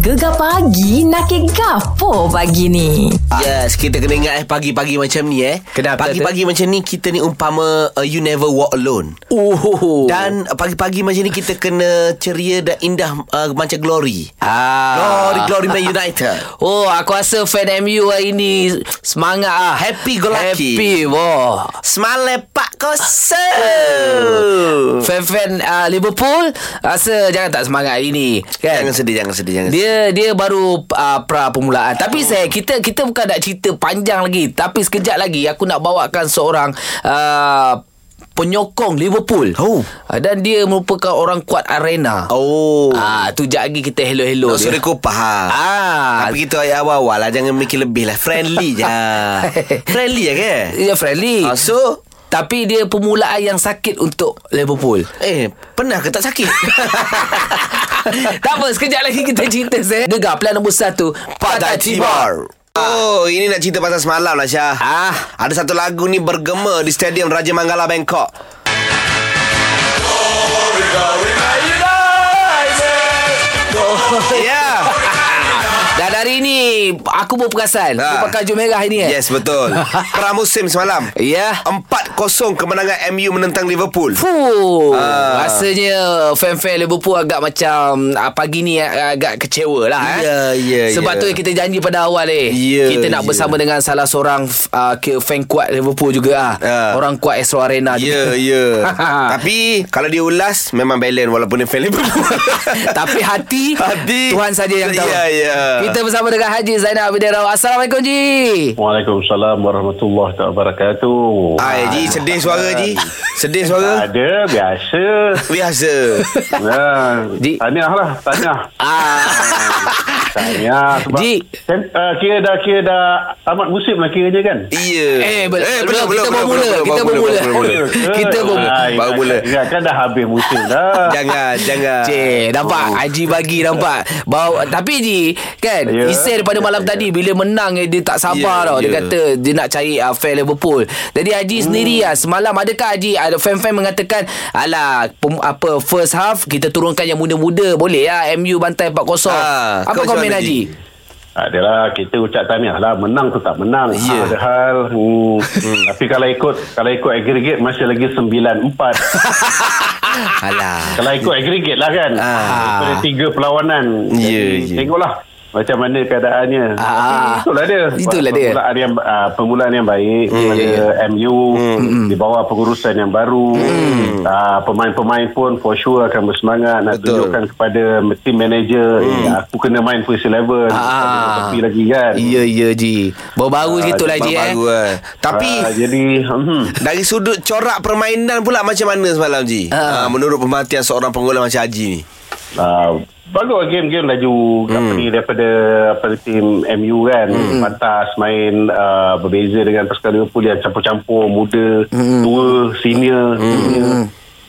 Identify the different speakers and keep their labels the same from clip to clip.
Speaker 1: Gegar pagi nak ke gapo pagi ni?
Speaker 2: Yes, kita kena ingat eh pagi-pagi macam ni eh.
Speaker 3: Ah. Kenapa tu?
Speaker 2: Pagi-pagi macam ni kita ni umpama uh, you never walk alone.
Speaker 3: Oh.
Speaker 2: Dan uh, pagi-pagi macam ni kita kena ceria dan indah uh, macam glory.
Speaker 3: ah.
Speaker 2: Glory, glory Man United.
Speaker 3: Oh, aku rasa fan MU hari ni semangat ah.
Speaker 2: Happy go lucky.
Speaker 3: Happy, wah.
Speaker 2: Semale Pak Kosa.
Speaker 3: Fan-fan uh, Liverpool rasa jangan tak semangat hari ni, kan?
Speaker 2: Jangan sedih, jangan sedih, jangan sedih.
Speaker 3: Dia dia baru uh, pra permulaan. Tapi
Speaker 2: Oh.
Speaker 3: saya kita kita bukan nak cerita panjang lagi, tapi sekejap lagi aku nak bawakan seorang uh, penyokong Liverpool.
Speaker 2: Oh.
Speaker 3: Ah, Dan dia merupakan orang kuat arena.
Speaker 2: Oh.
Speaker 3: Ah, tu jap lagi kita
Speaker 2: Nak
Speaker 3: hello-hello
Speaker 2: suruh kau faham.
Speaker 3: Ah.
Speaker 2: Tapi kita ayat awal-awal lah Jangan mikir lebih lah Friendly je Friendly je ke?
Speaker 3: Ya friendly.
Speaker 2: Ah, so
Speaker 3: Tapi dia permulaan yang sakit untuk Liverpool.
Speaker 2: Eh Pernah ke tak sakit?
Speaker 3: tak apa, sekejap lagi kita cerita saya. Gegar pelan nombor satu. Patah Tibar.
Speaker 2: Oh, ini nak cerita pasal semalam lah Syah.
Speaker 3: Ah.
Speaker 2: Ada satu lagu ni bergema di stadium Raja Manggala Bangkok. Ya.
Speaker 3: Dan hari ni, aku pun perasan.
Speaker 2: Ah.
Speaker 3: Ha. Dia pakai baju merah ini eh.
Speaker 2: Yes, betul. Pramusim semalam.
Speaker 3: Ya.
Speaker 2: 4-0 kemenangan MU menentang Liverpool.
Speaker 3: Fuh,
Speaker 2: Ah.
Speaker 3: rasanya fan-fan Liverpool agak macam ah, pagi ni ah, agak kecewa lah. Eh.
Speaker 2: Ya, ya,
Speaker 3: Sebab
Speaker 2: ya.
Speaker 3: tu kita janji pada awal eh.
Speaker 2: Ya,
Speaker 3: kita nak
Speaker 2: ya.
Speaker 3: bersama dengan salah seorang ah, ke- fan kuat Liverpool juga. Ah.
Speaker 2: Ah.
Speaker 3: Orang kuat Astro Arena
Speaker 2: Ya,
Speaker 3: juga.
Speaker 2: ya. Tapi kalau dia ulas memang balance walaupun dia fan Liverpool.
Speaker 3: Tapi hati,
Speaker 2: Hati.
Speaker 3: Tuhan saja yang tahu.
Speaker 2: Ya, ya.
Speaker 3: Kita bersama dengan Haji Zainal Abidin Rawat. Assalamualaikum Ji.
Speaker 4: Waalaikumsalam warahmatullahi wabarakatuh.
Speaker 2: Ai, Ji, sedih suara Ji. Sedih suara.
Speaker 4: Ada biasa.
Speaker 2: Biasa.
Speaker 4: Ya,
Speaker 3: Ji.
Speaker 4: tahniah lah, tahniah.
Speaker 3: Ah,
Speaker 4: Tahniah sebab
Speaker 3: Ji.
Speaker 4: kan, uh, kira dah kira dah tamat musim lah kiranya kan.
Speaker 2: Iya.
Speaker 3: Eh, bel- belum, kita baru mula, kita
Speaker 2: baru
Speaker 3: Oh, baru mula.
Speaker 2: baru mula.
Speaker 3: Kita pun-
Speaker 4: Ai,
Speaker 2: baru Ya. mula.
Speaker 4: Ya, kan Ah, dah habis musim dah.
Speaker 2: Jangan, jangan.
Speaker 3: ya. Cik, nampak Haji bagi nampak. Bau tapi Ji, kan yeah.
Speaker 4: Ya.
Speaker 3: Isai daripada malam yeah. tadi bila menang eh, dia tak
Speaker 2: Ya,
Speaker 3: sabar yeah. tau. Dia
Speaker 2: ya.
Speaker 3: kata dia nak cari uh, fan Liverpool. Jadi Haji hmm. sendiri ah semalam adakah Haji ada fan-fan mengatakan alah pem, apa first half kita turunkan yang muda-muda boleh lah MU bantai 4-0.
Speaker 2: Ah,
Speaker 3: apa
Speaker 2: kau
Speaker 3: komen
Speaker 2: macam mana, Ji?
Speaker 3: Haji?
Speaker 4: Adalah kita ucap tahniah lah menang tu tak menang.
Speaker 2: Ya.
Speaker 4: Ada hal. Hmm. Tapi kalau ikut kalau ikut aggregate masih lagi 9-4.
Speaker 2: Alah.
Speaker 4: Kalau ikut aggregate lah kan
Speaker 2: Ah.
Speaker 4: Daripada tiga perlawanan
Speaker 2: Ya,
Speaker 4: Jadi,
Speaker 2: ya.
Speaker 4: Tengoklah macam mana keadaannya
Speaker 3: Ah.
Speaker 4: Tapi Itulah dia
Speaker 3: Itulah dia. Ya,
Speaker 4: Permulaan yang, ah, permulaan yang baik Daripada MU
Speaker 3: Hmm,
Speaker 4: Di bawah pengurusan yang baru Ah, Pemain-pemain pun for sure akan bersemangat Nak
Speaker 2: Betul.
Speaker 4: tunjukkan kepada team manager eh, Aku kena main first
Speaker 3: Hmm.
Speaker 4: eleven
Speaker 3: Ah.
Speaker 4: Tapi lagi kan
Speaker 3: Ya, ya Ji. Baru-baru
Speaker 4: Ah,
Speaker 3: gitu lah Ji eh.
Speaker 2: Baru, eh. Tapi
Speaker 4: Ah, Jadi hmm.
Speaker 2: dari sudut corak permainan pula macam mana semalam Ji?
Speaker 3: Ah.
Speaker 2: Ah, menurut pemerhatian seorang penggolak macam Haji ni.
Speaker 4: Uh, bagus game-game laju company daripada apa tim MU kan hmm. pantas main uh, berbeza dengan pasukan Liverpool yang campur-campur muda hmm. tua senior, hmm. senior.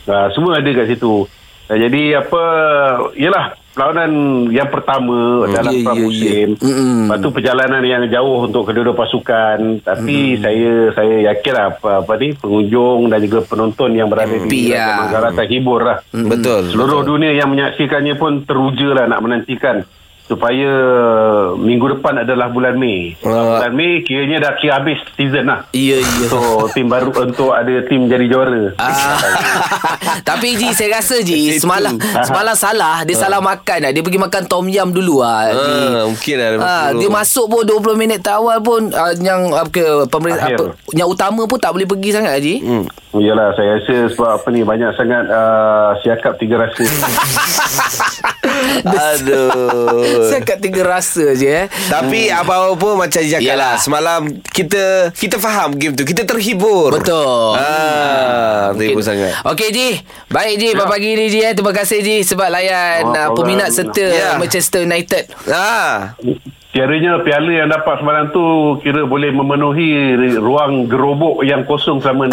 Speaker 4: Uh, semua ada kat situ uh, jadi apa yalah perlawanan yang pertama hmm. dalam
Speaker 3: Ya, ya,
Speaker 4: yeah, pramusim
Speaker 3: ya. Mm-mm.
Speaker 4: lepas tu perjalanan yang jauh untuk kedua-dua pasukan tapi saya saya yakinlah apa, apa ni pengunjung dan juga penonton yang berada
Speaker 3: Happy,
Speaker 4: di
Speaker 3: ya.
Speaker 4: Raja Manggala terhibur lah
Speaker 3: Hmm.
Speaker 2: Betul.
Speaker 4: Seluruh dunia yang menyaksikannya pun teruja lah nak menantikan supaya minggu depan adalah bulan Mei.
Speaker 2: Ah.
Speaker 4: Bulan Mei kiranya dah kira habis season lah.
Speaker 3: Ya, ya.
Speaker 2: Oh.
Speaker 4: So tim baru untuk ada tim jadi juara.
Speaker 3: Ah. Tapi Ji saya rasa Ji semalam semalam salah dia salah makan lah. Dia pergi makan tom yam dulu ah. Ji.
Speaker 2: Ah, mungkin lah dia
Speaker 3: Ah,
Speaker 2: perlu.
Speaker 3: dia masuk pun 20 minit tak awal pun ah, yang apa ke pemerintah
Speaker 4: Akhir.
Speaker 3: apa, yang utama pun tak boleh pergi sangat Ji. Hmm.
Speaker 4: Yalah saya rasa sebab apa ni banyak sangat uh, siakap tiga rasa.
Speaker 2: Aduh.
Speaker 3: Saya kat tiga rasa je eh.
Speaker 2: Tapi apa-apa pun macam Ji cakap lah
Speaker 3: Yalah.
Speaker 2: Semalam kita kita faham game tu Kita terhibur
Speaker 3: Betul.
Speaker 2: ah, Terhibur sangat
Speaker 3: Okey Ji. Baik Ji pada pagi ni Ji eh. Terima kasih Ji sebab layan
Speaker 4: Oh,
Speaker 3: ah, peminat
Speaker 4: problem.
Speaker 3: serta
Speaker 2: Ya.
Speaker 3: Manchester United.
Speaker 2: Ah,
Speaker 4: Kiranya piala yang dapat semalam tu kira boleh memenuhi ruang gerobok yang kosong selama 6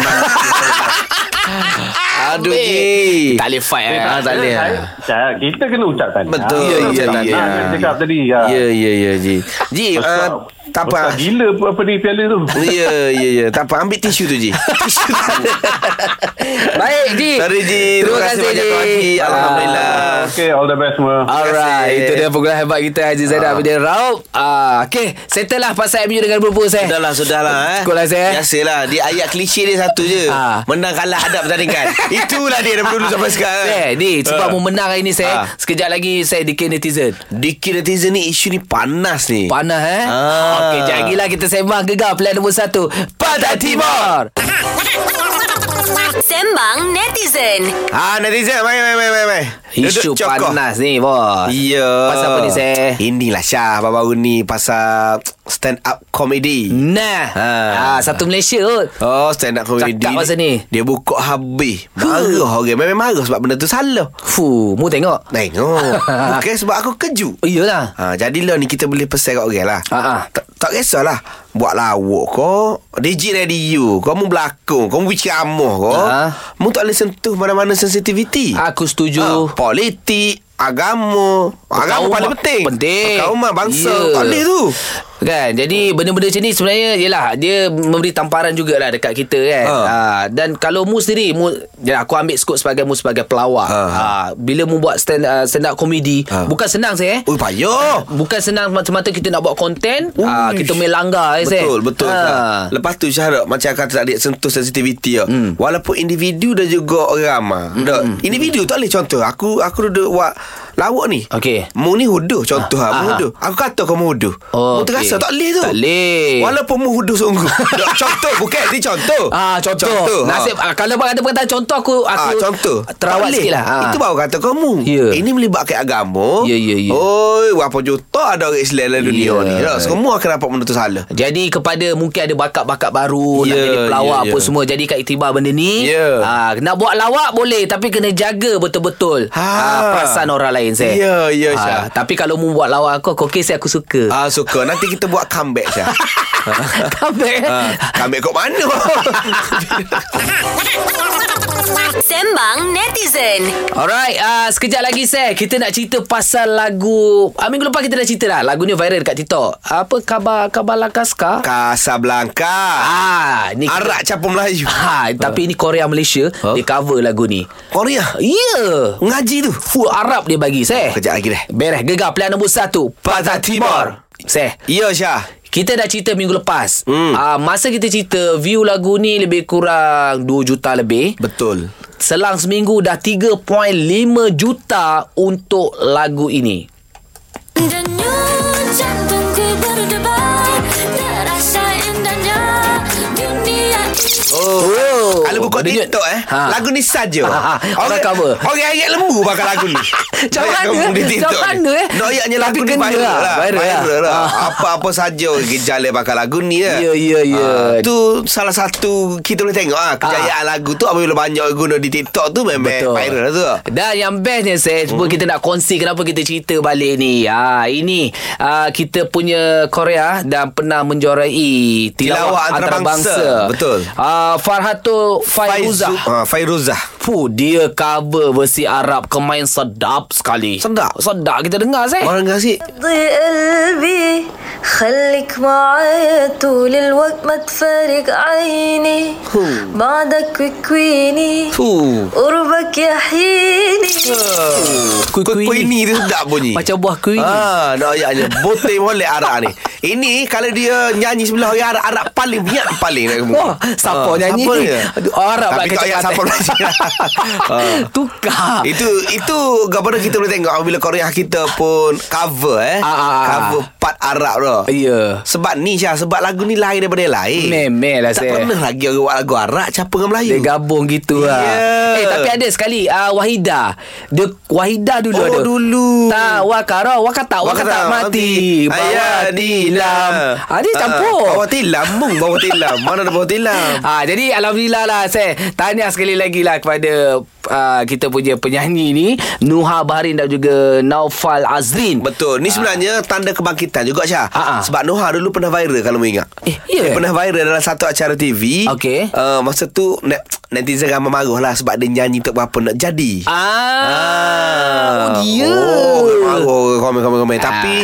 Speaker 2: Aduh Ji
Speaker 3: Tak boleh fight eh.
Speaker 2: Ah, tak boleh
Speaker 4: Saya- saya- Kita kena ucapkan
Speaker 2: Betul,
Speaker 4: Ya,
Speaker 2: ya,
Speaker 4: ya,
Speaker 2: ya.
Speaker 4: ya. Cakap tadi ya.
Speaker 2: Ya, ya, ya Ji Ji,
Speaker 4: Sebab-
Speaker 2: uh,
Speaker 5: Eh, Tak apa. Ah.
Speaker 4: Besar gila apa, apa ni piala tu.
Speaker 2: Ya, ya, ya. Tak apa, ambil tisu tu, Ji. Tisu tu.
Speaker 3: Baik, Ji.
Speaker 2: Sorry, Ji. Terima kasih banyak, Tuan Haji. Alhamdulillah.
Speaker 4: Okay, Ah, all the best semua.
Speaker 5: Ah.
Speaker 3: Alright,
Speaker 2: kasih.
Speaker 3: itu dia penggulan hebat kita Haji Zainal Abidin Raub. Ah, okay, settle lah pasal MU dengan Liverpool saya.
Speaker 2: Sudahlah, sudahlah eh.
Speaker 3: Cukup lah, Zai.
Speaker 2: Biasalah, dia ayat klise dia satu je.
Speaker 3: Ah.
Speaker 2: Menang kalah ada pertandingan. Itulah dia daripada dulu sampai sekarang.
Speaker 3: Saya, Ah. ni sebab mau menang hari ni
Speaker 2: Ah.
Speaker 3: saya. Sekejap lagi saya dikir netizen.
Speaker 2: Dikir netizen ni isu ni panas ni.
Speaker 3: Panas eh.
Speaker 2: Ah.
Speaker 3: Okey, jap lagi lah kita sembang gegar pilihan nombor satu. Pantai Timur.
Speaker 1: Sembang netizen.
Speaker 2: ha netizen mai mai mai mai mai.
Speaker 3: Isu
Speaker 2: Duduk cokoh.
Speaker 3: panas ni bos.
Speaker 2: Ya.
Speaker 3: Pasal apa ni saya?
Speaker 2: Inilah Syah baru-baru ni pasal stand up comedy.
Speaker 3: Nah. Ha.
Speaker 2: Ha.
Speaker 3: ha satu Malaysia kot.
Speaker 2: Oh stand up comedy
Speaker 3: Cakap pasal ni.
Speaker 2: Dia buka habis Marah orang Memang marah sebab benda tu salah
Speaker 3: Fuh, mu tengok.
Speaker 2: Tengok Bukan Oh. sebab aku keju
Speaker 3: Iyalah.
Speaker 2: Ha, jadilah ni kita boleh pesan kat orang lah
Speaker 3: Ha, ha.
Speaker 2: Tak, tak kisahlah Buat lawak kau DJ radio Kau mu berlakon Kau mu berceramah kau
Speaker 3: Ha.
Speaker 2: Mu tak boleh sentuh Mana-mana sensitivity
Speaker 3: Aku setuju.
Speaker 2: ha, Politik Agama Agama
Speaker 3: Perkauman-
Speaker 2: paling penting
Speaker 3: Penting Ya.
Speaker 2: Perkauman bangsa yeah. Tak boleh tu
Speaker 3: Kan Jadi benda-benda macam ni Sebenarnya Yelah Dia memberi tamparan jugalah Dekat kita kan ha.
Speaker 2: Ha.
Speaker 3: Dan kalau mu sendiri mu, ya, Aku ambil skop sebagai mu Sebagai pelawak ha.
Speaker 2: Ha.
Speaker 3: Bila mu buat stand, uh, stand up comedy ha.
Speaker 2: Ha.
Speaker 3: Bukan senang saya eh
Speaker 2: Ui payah
Speaker 3: Bukan senang semata-mata kita nak buat konten uh,
Speaker 2: Uish.
Speaker 3: Kita main langgar eh, Zek.
Speaker 2: Betul betul. Ha. Lepas tu syarat macam kata tadi sentuh sensitivity ya. Mm.
Speaker 3: Hmm.
Speaker 2: Walaupun individu dan juga orang ah. Mm. Individu tak boleh contoh aku aku duduk buat lawak ni.
Speaker 3: Okey.
Speaker 2: Mu ni huduh contoh ah.
Speaker 3: Ah,
Speaker 2: Mu
Speaker 3: ah.
Speaker 2: huduh. Aku kata kau mu huduh.
Speaker 3: Oh,
Speaker 2: mu
Speaker 3: okey.
Speaker 2: terasa tak boleh tu.
Speaker 3: Tak boleh.
Speaker 2: Walaupun mu huduh sungguh. Dok, contoh bukan ni contoh.
Speaker 3: Ah contoh,
Speaker 2: contoh. ha.
Speaker 3: contoh. Nasib ah. kalau abang ada perkataan contoh aku
Speaker 2: Ah,
Speaker 3: aku
Speaker 2: contoh
Speaker 3: terawat
Speaker 2: Tak boleh.
Speaker 3: sikit lah ah.
Speaker 2: Itu baru kata kamu
Speaker 3: Ya.
Speaker 2: Ini melibatkan agama
Speaker 3: Ya, ya, ya.
Speaker 2: Oi Berapa juta ada orang Islam dalam dunia
Speaker 3: Ya.
Speaker 2: ni Tak, Semua akan dapat benda tu salah
Speaker 3: Jadi kepada mungkin ada bakat-bakat baru yeah, nak
Speaker 2: Ya,
Speaker 3: jadi pelawak yeah,
Speaker 2: ya,
Speaker 3: apa
Speaker 2: ya.
Speaker 3: semua jadi kat iktibar benda ni.
Speaker 2: Ya.
Speaker 3: Ah, nak buat lawak boleh tapi kena jaga betul-betul ha.
Speaker 2: Ha.
Speaker 3: ah, perasaan orang lain saya.
Speaker 2: Ya, ya, Syah.
Speaker 3: Ah, tapi kalau mu buat lawak aku aku okey saya aku suka.
Speaker 2: Ah suka Nanti kita buat comeback Syah
Speaker 3: Comeback.
Speaker 2: Ah, Comeback kat mana
Speaker 1: Sembang netizen.
Speaker 3: Alright, uh, sekejap lagi saya kita nak cerita pasal lagu uh, minggu lepas kita dah cerita dah. Lagu ni viral dekat TikTok. Apa khabar khabar Lakaska?
Speaker 2: Casablanca
Speaker 3: Ah, ni kita-
Speaker 2: Arak campur Melayu Ah.
Speaker 3: Ha, tapi ini Korea Malaysia huh? dia cover lagu ni.
Speaker 2: Korea
Speaker 3: Ya. Yeah.
Speaker 2: Ngaji tu
Speaker 3: Full Arab dia bagi saya.
Speaker 2: Kejap lagi deh
Speaker 3: Bereh gegar pilihan nombor satu Pantai Timur Seh
Speaker 2: Ya Syah
Speaker 3: kita dah cerita minggu lepas hmm.
Speaker 2: Hmm.
Speaker 3: uh, Masa kita cerita View lagu ni lebih kurang 2 juta lebih
Speaker 2: Betul
Speaker 3: Selang seminggu dah 3.5 juta Untuk lagu ini
Speaker 2: Oh,
Speaker 3: Oh,
Speaker 2: Kalau buka
Speaker 3: berdenyut.
Speaker 2: TikTok eh
Speaker 3: Ha.
Speaker 2: Lagu ni saja
Speaker 3: Ha, ha. Orang cover.
Speaker 2: Orang ayat lembu bakal lagu ni
Speaker 3: Macam
Speaker 2: Ayat
Speaker 3: mana?
Speaker 2: lembu di
Speaker 3: Macam
Speaker 2: TikTok ni.
Speaker 3: mana, eh?
Speaker 2: Nak ayatnya
Speaker 3: Tapi
Speaker 2: lagu ni
Speaker 3: kena
Speaker 2: viral
Speaker 3: lah.
Speaker 2: lah
Speaker 3: Viral lah.
Speaker 2: Viral lah
Speaker 3: Ha.
Speaker 2: Apa-apa saja gejala bakal lagu ni lah
Speaker 3: Ya, ya, ya.
Speaker 2: Ah, Tu salah satu Kita boleh tengok ah Kejayaan lagu tu Apabila banyak guna di TikTok tu Memang viral lah tu Hmm.
Speaker 3: Dan yang bestnya saya Cuba kita nak kongsi Kenapa kita cerita balik ni ha, Ini ha, Kita punya Korea Dan pernah
Speaker 2: Tilawah
Speaker 3: menjuarai Tilawah
Speaker 2: antarabangsa.
Speaker 3: antarabangsa
Speaker 2: Betul.
Speaker 3: ha, Farhatul Fairuzah
Speaker 2: Faizu- ah, Fairuzah
Speaker 3: Fuh, dia cover versi Arab kemain sedap sekali.
Speaker 2: Sedap?
Speaker 3: Sedap kita dengar saya.
Speaker 2: Orang kasih
Speaker 6: ضي قلبي خليك معايا طول الوقت ما تفارق عيني بعدك كويني
Speaker 2: Tu
Speaker 6: قربك يحييني
Speaker 3: Kuih- kuih
Speaker 2: Kuih
Speaker 3: ni.
Speaker 2: ni tu sedap bunyi
Speaker 3: Macam buah kuih ni.
Speaker 2: Ah, nak ayaknya Botai molek Arab ni Ini kalau dia nyanyi sebelah Orang Arab, Arab paling Minyak paling nak kemuk.
Speaker 3: Wah, siapa nyanyi
Speaker 2: siapa
Speaker 3: ni?
Speaker 2: dia?
Speaker 3: Aduh, Arab
Speaker 2: Tapi
Speaker 3: lah
Speaker 2: tak
Speaker 3: kacau
Speaker 2: payah
Speaker 3: kata.
Speaker 2: siapa belajar Ah.
Speaker 3: Tukar.
Speaker 2: Itu itu gambaran kita boleh tengok Bila Korea kita pun cover eh
Speaker 3: Ah, ah, ah.
Speaker 2: Cover part Arab tu
Speaker 3: Ya.
Speaker 2: Sebab ni Syah Sebab lagu ni lain daripada yang lain
Speaker 3: Memel lah,
Speaker 2: Tak
Speaker 3: Syah.
Speaker 2: pernah lagi orang buat lagu Arab Capa dengan Melayu
Speaker 3: Dia gabung gitu lah.
Speaker 2: Ya.
Speaker 3: Eh tapi ada sekali uh, Wahida. Dia Wahida dulu
Speaker 2: Oh,
Speaker 3: ada.
Speaker 2: dulu.
Speaker 3: Tak wakara wakata wakata
Speaker 2: Wakata Ah, ya,
Speaker 3: mati. Bawa tilam.
Speaker 2: lah.
Speaker 3: Ah dia campur.
Speaker 2: Bawa tilam Mung bawa tilam Mana ada bawa tilam
Speaker 3: Ah jadi alhamdulillah lah saya tahniah sekali lagi lah kepada uh, kita punya penyanyi ni Nuha Bahrin dan juga Naufal Azrin.
Speaker 2: Betul Ni sebenarnya Tanda kebangkitan juga Syah
Speaker 3: Ah, ah.
Speaker 2: Sebab Noha dulu pernah viral Kalau mu ingat
Speaker 3: Eh,
Speaker 2: Dia
Speaker 3: ya?
Speaker 2: pernah viral dalam satu acara TV
Speaker 3: Okey.
Speaker 2: uh, Masa tu ne- Netizen ramai marah lah Sebab dia nyanyi tak berapa Nak jadi
Speaker 3: Ah. ah.
Speaker 2: Ah.
Speaker 3: Oh dia.
Speaker 2: Oh, orang marah Orang komen-komen komen.
Speaker 3: Ah.
Speaker 2: Tapi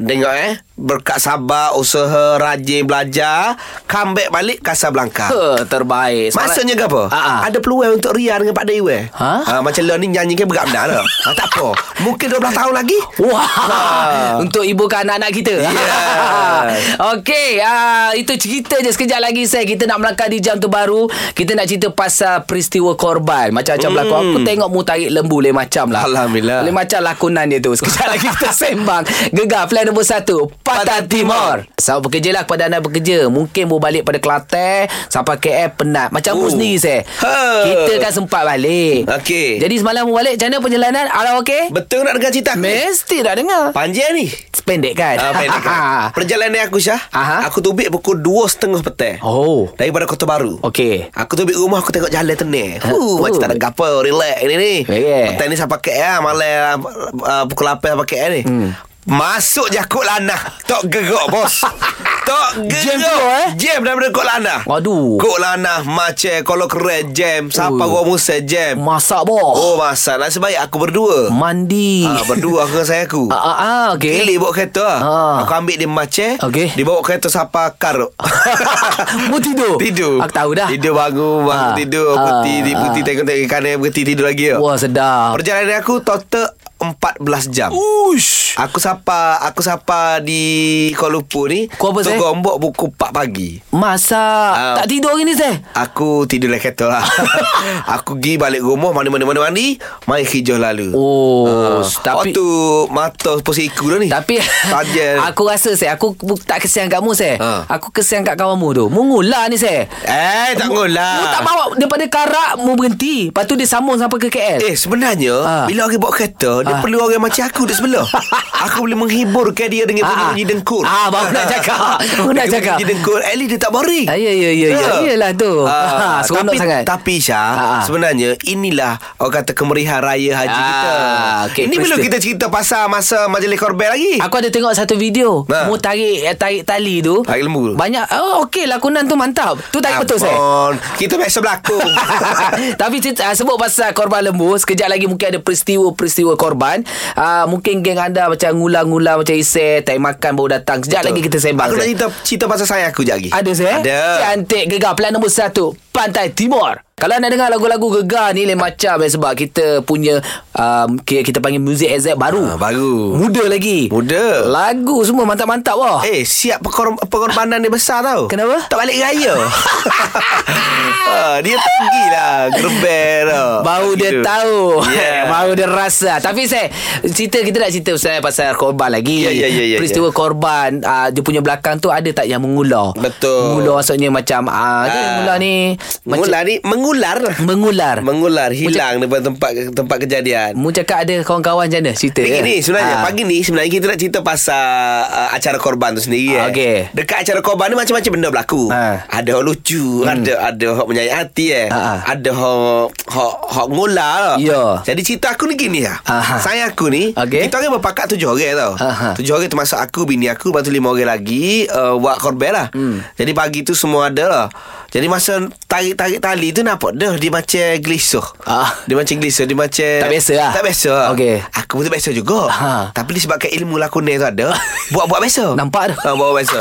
Speaker 2: Tengok eh berkat sabar, usaha, rajin belajar, comeback balik Casablanca.
Speaker 3: Huh, terbaik. Semalam-
Speaker 2: Maksudnya ke apa?
Speaker 3: Ha, ha.
Speaker 2: Ada peluang untuk Ria dengan Pak Dewi. eh?
Speaker 3: Ha?
Speaker 2: macam lo ni nyanyi kan bergak benar lah. ha, tak apa. Mungkin 12 tahun lagi.
Speaker 3: Wah Untuk ibu ke anak-anak kita
Speaker 2: Yes.
Speaker 3: Okey uh, Itu cerita je Sekejap lagi saya Kita nak melangkah di jam tu baru Kita nak cerita pasal Peristiwa korban Macam-macam mm. berlaku Aku tengok mu tarik lembu Lain macam lah
Speaker 2: Hmm. Alhamdulillah.
Speaker 3: Lain macam lakonan dia tu Sekejap lagi kita sembang Gegar plan nombor satu Patah
Speaker 2: Pantai Timur.
Speaker 3: Timur Sama bekerja lah kepada anda bekerja Mungkin mu balik pada Kelantan Sampai KL penat Macam mu
Speaker 2: Oh.
Speaker 3: sendiri saya
Speaker 2: Ha.
Speaker 3: Kita kan sempat balik
Speaker 2: Okey.
Speaker 3: Jadi semalam mu balik Macam mana perjalanan Alah okey
Speaker 2: Betul nak dengar cerita aku? ni?
Speaker 3: Mesti dah dengar
Speaker 2: Panjang ni.
Speaker 3: Pendek kan
Speaker 2: Ah, pendek kan? Perjalanan aku Syah
Speaker 3: Aha.
Speaker 2: Aku tubik pukul 2.30 petang
Speaker 3: Oh
Speaker 2: Daripada Kota Baru
Speaker 3: Okey
Speaker 2: Aku tubik rumah Aku tengok jalan tenang
Speaker 3: Ah, Ya,
Speaker 2: huh,
Speaker 3: oh.
Speaker 2: Macam tak ada gapa Relax ni ni
Speaker 3: Yeah.
Speaker 2: Petang ni sampai KL Malam uh, Pukul 8 sampai KL ni hmm. Masuk je kot lanah Tok gerok bos Tok gerok
Speaker 3: Jam keluar, eh?
Speaker 2: Jam daripada kot lanah
Speaker 3: Waduh.
Speaker 2: Kot lanah Macam Kalau keren jam Siapa
Speaker 3: Oh.
Speaker 2: gua musai jam
Speaker 3: Masak boh
Speaker 2: Oh
Speaker 3: oh.
Speaker 2: masa Nasib baik aku berdua
Speaker 3: Mandi
Speaker 2: Ah, berdua aku dengan saya aku
Speaker 3: Ah, ah, ah, okey.
Speaker 2: Pilih bawa kereta ah.
Speaker 3: Ah.
Speaker 2: Aku ambil dia macet
Speaker 3: Okey.
Speaker 2: Dia bawa kereta sampai kar
Speaker 3: Mu tidur?
Speaker 2: Tidur
Speaker 3: Aku tahu dah.
Speaker 2: Tidur bangun bangun
Speaker 3: Ah.
Speaker 2: Tidur
Speaker 3: Ah,
Speaker 2: Berhenti
Speaker 3: ah.
Speaker 2: Berhenti tengok-tengok kanan Berhenti tidur lagi ya.
Speaker 3: Wah sedap
Speaker 2: Perjalanan aku total 14 jam
Speaker 3: Ush
Speaker 2: Aku sapa Aku sapa di Kuala Lumpur ni
Speaker 3: Kau apa,
Speaker 2: Tu
Speaker 3: Zai?
Speaker 2: gombok pukul 4 pagi
Speaker 3: Masak
Speaker 2: Ah.
Speaker 3: Tak tidur hari ni saya
Speaker 2: Aku tidur dalam kereta lah Aku pergi balik rumah Mana-mana-mana mandi Main hijau lalu
Speaker 3: Oh, tapi-
Speaker 2: Ah, Waktu Mata posiku dah ni
Speaker 3: tapi
Speaker 2: Tajam
Speaker 3: aku rasa saya aku bu- tak kesian kat mu saya.
Speaker 2: Ah.
Speaker 3: Aku kesian kat kawan mu tu. Mu ngulah ni saya.
Speaker 2: Eh tak ngolah
Speaker 3: Mu tak bawa daripada Karak mu berhenti. Lepas tu dia sambung sampai ke KL.
Speaker 2: Eh sebenarnya
Speaker 3: Ah.
Speaker 2: Bila orang bawa kereta Dia
Speaker 3: Ah.
Speaker 2: perlu orang macam aku Di sebelah Aku boleh menghiburkan dia Dengan bunyi-bunyi dengkur
Speaker 3: Ah, baru nak cakap. Baru nak
Speaker 2: Dengan
Speaker 3: cakap.
Speaker 2: Bunyi dengkur At least dia tak boring
Speaker 3: Ah, ya, ya, ya, ya.
Speaker 2: Ya.
Speaker 3: Iyalah tu.
Speaker 2: Ah,
Speaker 3: Seronok
Speaker 2: tapi,
Speaker 3: sangat.
Speaker 2: Tapi Syah
Speaker 3: Ah, ah.
Speaker 2: Sebenarnya Inilah Orang kata kemerihan raya haji
Speaker 3: Ah,
Speaker 2: kita
Speaker 3: okey,
Speaker 2: Ini belum
Speaker 3: peristiwa.
Speaker 2: kita cerita Pasal masa majlis korban lagi
Speaker 3: Eh, Aku ada tengok satu video
Speaker 2: Ha.
Speaker 3: ha. Mu tarik eh, tarik tali tu
Speaker 2: Tarik lembu tu.
Speaker 3: Banyak Oh okey lakonan tu mantap Tu tarik betul saya
Speaker 2: Abang, Kita biasa berlakon
Speaker 3: Tapi cerita, ah, sebut pasal korban lembu Sekejap lagi mungkin ada peristiwa-peristiwa korban uh, Mungkin geng anda macam ngulang-ngulang Macam isek Tak makan baru datang Sekejap lagi kita sembang
Speaker 2: Aku nak
Speaker 3: Zek.
Speaker 2: cerita Cerita pasal saya aku sekejap lagi
Speaker 3: Ada saya?
Speaker 2: Ada
Speaker 3: Cantik gegar Pelan nombor satu Pantai Timur kalau anda dengar lagu-lagu gegar ni lain macam eh, sebab kita punya um, kita, kita panggil music exact
Speaker 2: Ah,
Speaker 3: baru.
Speaker 2: baru.
Speaker 3: Muda lagi.
Speaker 2: Muda.
Speaker 3: Lagu semua mantap-mantap wah.
Speaker 2: Eh siap pengor- pengorbanan dia besar tau
Speaker 3: Kenapa?
Speaker 2: Tak balik raya Ah, Dia pergi lah Gerber tau
Speaker 3: Baru dia
Speaker 2: Gitu. Ya.
Speaker 3: tahu
Speaker 2: Yeah.
Speaker 3: Baru dia rasa Tapi saya Cerita kita nak cerita pasal, pasal korban lagi
Speaker 2: Ya, ya, ya, ya,
Speaker 3: Peristiwa yeah. korban uh, Dia punya belakang tu Ada tak yang mengular
Speaker 2: Betul.
Speaker 3: Mengular maksudnya macam uh, Dia
Speaker 2: Ah.
Speaker 3: mengular ni
Speaker 2: Mengular ni Mengular
Speaker 3: macam, Mengular
Speaker 2: Mengular Hilang daripada tempat tempat kejadian
Speaker 3: Mu cakap ada kawan-kawan macam mana Cerita
Speaker 2: Ni gini sebenarnya
Speaker 3: Ah.
Speaker 2: Pagi ni sebenarnya kita nak cerita pasal uh, Acara korban tu sendiri
Speaker 3: Ah,
Speaker 2: eh.
Speaker 3: okey.
Speaker 2: Dekat acara korban ni macam-macam benda berlaku
Speaker 3: Ah. Hmm.
Speaker 2: Ada orang lucu Ada ada orang menyayat hati eh.
Speaker 3: Ah, ah.
Speaker 2: Ada orang Orang, orang ngola lah
Speaker 3: Ya.
Speaker 2: Jadi cerita aku ni gini lah
Speaker 3: Ah, ah.
Speaker 2: Saya aku ni
Speaker 3: Okey.
Speaker 2: Kita orang berpakat tujuh orang tau
Speaker 3: Ah, ah.
Speaker 2: Tujuh orang termasuk aku Bini aku Lepas tu lima orang lagi uh, Buat korban lah
Speaker 3: Hmm.
Speaker 2: Jadi pagi tu semua ada lah Jadi masa tarik-tarik tali tu nampak dah Dia macam gelisah
Speaker 3: Ah.
Speaker 2: Dia macam gelisah Dia macam
Speaker 3: Tak biasa lah.
Speaker 2: Tak biasa lah.
Speaker 3: Okey.
Speaker 2: Aku pun tak biasa juga
Speaker 3: Ha.
Speaker 2: Tapi disebabkan ilmu lakonan tu ada Buat-buat biasa
Speaker 3: Nampak tu.
Speaker 2: ha, Buat-buat biasa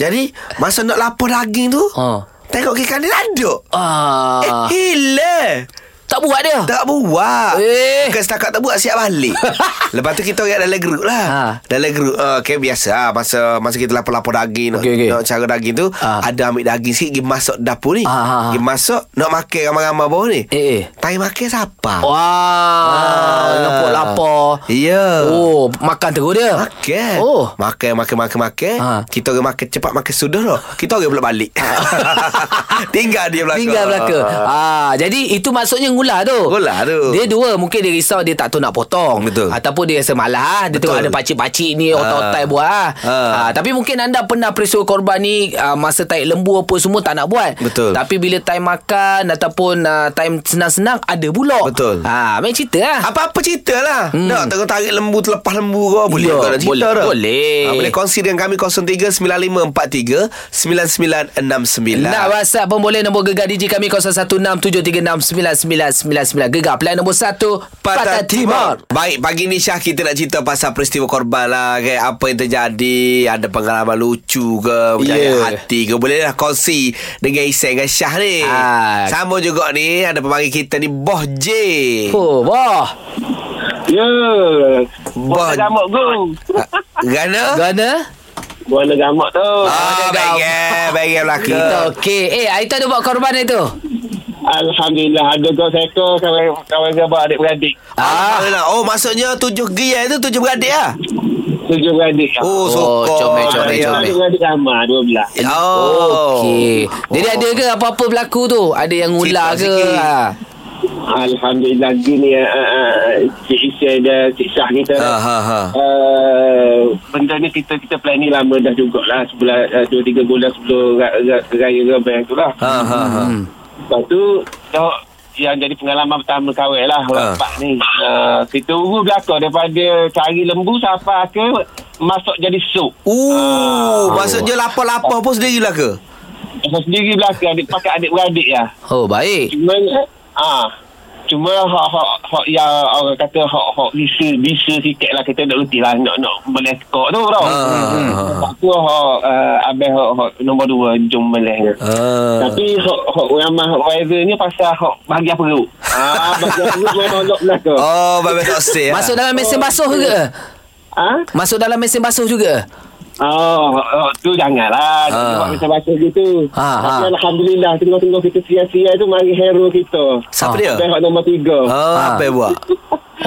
Speaker 2: Jadi Masa nak lapor daging tu
Speaker 3: Ha.
Speaker 2: Tengok kiri kanan tak ada
Speaker 3: Ah,
Speaker 2: Eh hilang
Speaker 3: Tak buat dia
Speaker 2: tak buat
Speaker 3: Eh.
Speaker 2: Bukan setakat tak buat Siap balik Lepas tu kita orang dalam grup lah
Speaker 3: Ha.
Speaker 2: Dalam grup uh, Okay biasa lah Masa masa kita lapar-lapar daging
Speaker 3: Okey, okey.
Speaker 2: nak, nak cara daging tu
Speaker 3: Ha.
Speaker 2: Ada ambil daging sikit Pergi masuk dapur ni
Speaker 3: Ha, ha, ha.
Speaker 2: Pergi masuk Nak makan ramai-ramai bawah ni
Speaker 3: Eh, Oh. eh.
Speaker 2: Tangan makan siapa
Speaker 3: Wah Lapor-lapor
Speaker 2: Ah. Ya
Speaker 3: Oh Makan terus dia
Speaker 2: Makan
Speaker 3: Oh
Speaker 2: Makan makan makan makan
Speaker 3: Ha.
Speaker 2: Kita orang makan cepat makan sudah lah Kita orang pula balik Tinggal dia belakang
Speaker 3: Tinggal belaka. Ah, jadi itu maksudnya ngular tu.
Speaker 2: Ngular tu.
Speaker 3: Dia dua, mungkin dia risau dia tak tahu nak potong.
Speaker 2: Betul.
Speaker 3: Ataupun dia rasa malah dia
Speaker 2: Betul.
Speaker 3: tengok ada pakcik-pakcik ni otak-otak buat
Speaker 2: Ah.
Speaker 3: ah. Ah, tapi mungkin anda pernah peristiwa korban ni ah, masa tarik lembu apa semua tak nak buat.
Speaker 2: Betul.
Speaker 3: Tapi bila time makan ataupun ah, time senang-senang ada pula.
Speaker 2: Betul.
Speaker 3: Ah, main cerita lah.
Speaker 2: Apa-apa cerita lah hmm. Nak tengok tarik lembu Terlepas lembu kau Boleh
Speaker 3: Ya,
Speaker 2: kau nak cerita
Speaker 3: boleh-
Speaker 2: dah.
Speaker 3: boleh.
Speaker 2: ha, Boleh kongsi dengan kami 03-9543-9969
Speaker 3: Nak WhatsApp pun boleh Nombor gegar DJ kami 01673699 0377109999 Gegar Pilihan nombor 1 Patah Timur
Speaker 2: Baik, pagi ni Syah kita nak cerita pasal peristiwa korban lah kan? Apa yang terjadi Ada pengalaman lucu ke Berjaya
Speaker 3: Yeah.
Speaker 2: hati ke Boleh lah kongsi Dengan Isai dengan Syah ni
Speaker 3: Ah.
Speaker 2: Sama juga ni Ada pemanggil kita ni Boh J
Speaker 3: Oh, wah
Speaker 5: Ya.
Speaker 2: Bon.
Speaker 5: Buat gamak tu.
Speaker 2: Ah, Gana
Speaker 3: Gana
Speaker 5: Buat gamak tu.
Speaker 2: Ah, baik eh Baik eh belaka
Speaker 3: Kita okey Eh, Aita ada buat korban itu
Speaker 5: Alhamdulillah ada kau seko kawan kawan gamak adik-beradik.
Speaker 2: Ah. Oh maksudnya tujuh gaya tu tujuh beradik lah
Speaker 5: Tujuh beradik.
Speaker 2: Oh, sokong.
Speaker 3: comel, comel,
Speaker 2: Ya.
Speaker 3: comel.
Speaker 5: Adik beradik ramai dua belas.
Speaker 2: Oh.
Speaker 3: Okey Jadi ada ke apa-apa berlaku tu Ada yang ular
Speaker 2: Cerita
Speaker 3: ke
Speaker 2: sikit.
Speaker 3: ha.
Speaker 5: Alhamdulillah gini ah, ah, ah, Cik Isyah dan Cik Syah kita.
Speaker 2: Ha, ha, ha.
Speaker 5: Uh, benda ni kita kita plan ni lama dah jugalah sebulan uh, dua tiga bulan sebelum ra- ra- raya Ramadan tu lah.
Speaker 2: Ha
Speaker 3: Hmm,
Speaker 2: ha ha.
Speaker 5: Lepas tu Tok yang jadi pengalaman pertama kahwin lah
Speaker 2: Ah.
Speaker 5: orang empat ni uh, kita urus belakang daripada cari lembu sampai ke masuk jadi sup
Speaker 2: Uh, maksudnya lapar-lapar pun sendirilah ke?
Speaker 5: saya sendiri belakang adik pakai adik-beradik ya
Speaker 3: Oh baik
Speaker 5: cuma ah cuma hak hak hak yang orang kata hak hak bisa bisa sikit lah kita nak letih lah nak nak melekok tu tau
Speaker 2: Ah.
Speaker 5: Lepas tu hak uh, abang hak, hak nombor dua jom melek
Speaker 2: Ah.
Speaker 5: Tapi hok hok ramah hok wiser ni pasal hok bahagian perut. Ah bahagian perut mana olok belaka.
Speaker 2: Oh, baik tak say.
Speaker 3: Masuk dalam mesin basuh
Speaker 2: Oh.
Speaker 3: ke
Speaker 5: Ha?
Speaker 3: Masuk dalam mesin basuh juga
Speaker 5: Oh, hok, hok tu
Speaker 2: Ah.
Speaker 5: janganlah. Kita buat macam baca gitu.
Speaker 3: Ah,
Speaker 5: Tapi
Speaker 3: ah.
Speaker 5: alhamdulillah tengok-tengok kita sia-sia tu mari hero kita.
Speaker 2: Siapa
Speaker 3: Ah.
Speaker 2: dia?
Speaker 5: Sampai hok nombor tiga.
Speaker 2: Oh,
Speaker 3: Ah.
Speaker 2: apa yang buat?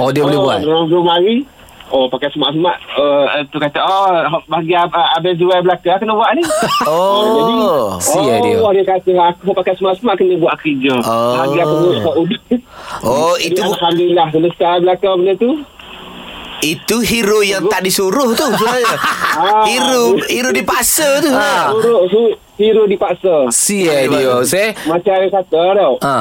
Speaker 3: Oh dia boleh buat
Speaker 5: Orang tu mari. Oh pakai semak-semak uh, tu kata oh hok bahagian uh, abang Zuai belaka kena buat ni.
Speaker 2: Oh.
Speaker 3: Sia dia.
Speaker 5: Oh, dia kata aku pakai semak-semak kena buat kerja.
Speaker 2: Oh.
Speaker 5: Bahagian perut hok udik.
Speaker 2: Oh, itu
Speaker 5: Jadi, Alhamdulillah selesai belakang benda tu.
Speaker 2: itu hero yang tak disuruh tu sebenarnya. Hero hero dipaksa tu.
Speaker 3: Ah.
Speaker 5: Suruh, suruh, suruh dipaksa.
Speaker 3: Sia eh, dia Saya
Speaker 5: Macam yang kata tau.
Speaker 3: Ha.